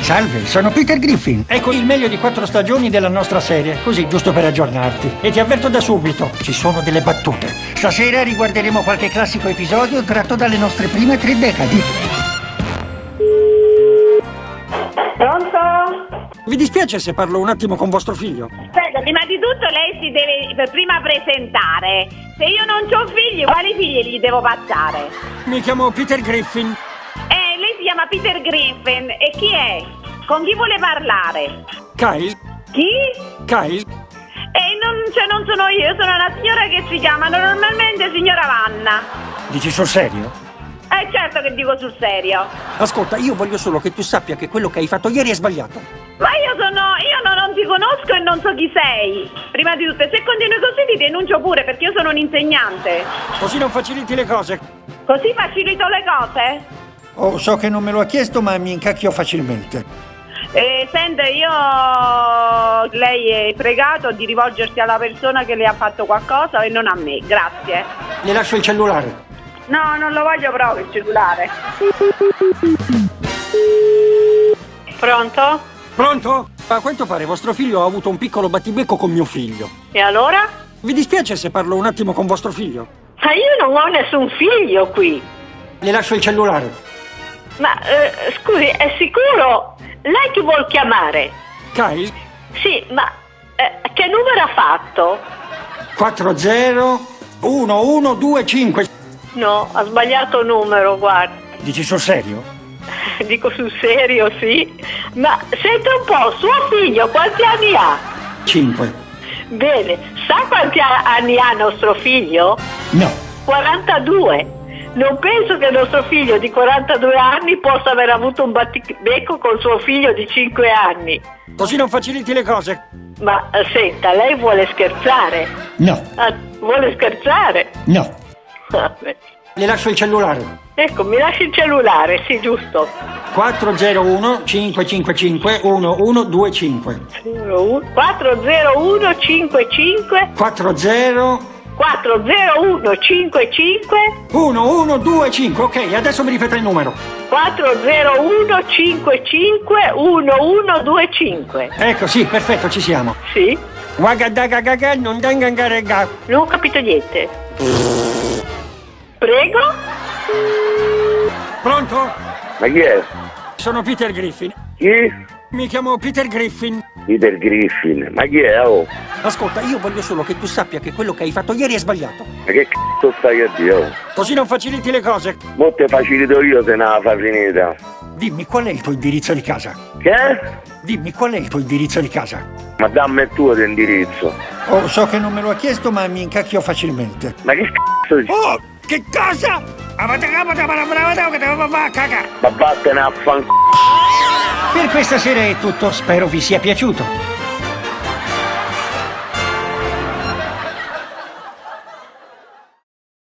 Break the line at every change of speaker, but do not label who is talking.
Salve, sono Peter Griffin. Ecco il meglio di quattro stagioni della nostra serie, così giusto per aggiornarti. E ti avverto da subito, ci sono delle battute. Stasera riguarderemo qualche classico episodio tratto dalle nostre prime tre decadi.
Pronto?
Vi dispiace se parlo un attimo con vostro figlio?
Aspetta, prima di tutto lei si deve per prima presentare. Se io non ho figli, quali figli gli devo passare?
Mi chiamo Peter Griffin.
Eh, lei si chiama Peter Griffin e chi è? Con chi vuole parlare?
Kyle?
Chi?
Kyle?
Eh, non, cioè, non sono io, sono la signora che si chiama normalmente signora Vanna.
Dici sul serio?
Eh, certo che dico sul serio.
Ascolta, io voglio solo che tu sappia che quello che hai fatto ieri è sbagliato.
Ma io sono. io no- non ti conosco e non so chi sei. Prima di tutto, e se continui così ti denuncio pure perché io sono un insegnante.
Così non faciliti le cose.
Così facilito le cose?
Oh, so che non me lo ha chiesto, ma mi incacchio facilmente.
Eh, sente, io lei è pregato di rivolgersi alla persona che le ha fatto qualcosa e non a me, grazie.
Le lascio il cellulare.
No, non lo voglio proprio il cellulare. Pronto?
Pronto? A quanto pare vostro figlio ha avuto un piccolo battibecco con mio figlio.
E allora?
Vi dispiace se parlo un attimo con vostro figlio?
Ma io non ho nessun figlio qui.
Le lascio il cellulare.
Ma eh, scusi, è sicuro? Lei chi vuol chiamare?
Kyle?
Sì, ma eh, che numero ha fatto?
401125.
No, ha sbagliato numero, guarda.
Dici sul serio?
Dico sul serio, sì. Ma senta un po', suo figlio quanti anni ha?
5.
Bene, sa quanti a- anni ha nostro figlio?
No.
42. Non penso che nostro figlio di 42 anni possa aver avuto un battibecco con suo figlio di 5 anni.
Così non faciliti le cose.
Ma eh, senta, lei vuole scherzare?
No.
Ah, vuole scherzare?
No.
Vabbè.
Le lascio il cellulare.
Ecco, mi lasci il cellulare, sì, giusto.
401 555 1125
401 55
40
401 55
1125, ok, adesso mi ripeta il numero.
401 55 1125.
Ecco, sì, perfetto, ci siamo.
Sì?
Wagadagagaga non dangangarega.
Non ho capito niente. Prego?
Pronto?
Ma chi è?
Sono Peter Griffin.
Chi?
Mi chiamo Peter Griffin.
Peter Griffin. Ma chi è? Oh?
Ascolta, io voglio solo che tu sappia che quello che hai fatto ieri è sbagliato.
Ma che c***o stai a dire? Oh?
Così non faciliti le cose.
Mo te facilito io se non la fa finita.
Dimmi qual è il tuo indirizzo di casa.
Che?
Dimmi qual è il tuo indirizzo di casa.
Ma dammi il tuo indirizzo.
Oh, so che non me lo ha chiesto, ma mi incacchio facilmente.
Ma che c***o dici?
Oh, che cosa?
Ma vattene a fan
Per questa sera è tutto, spero vi sia piaciuto.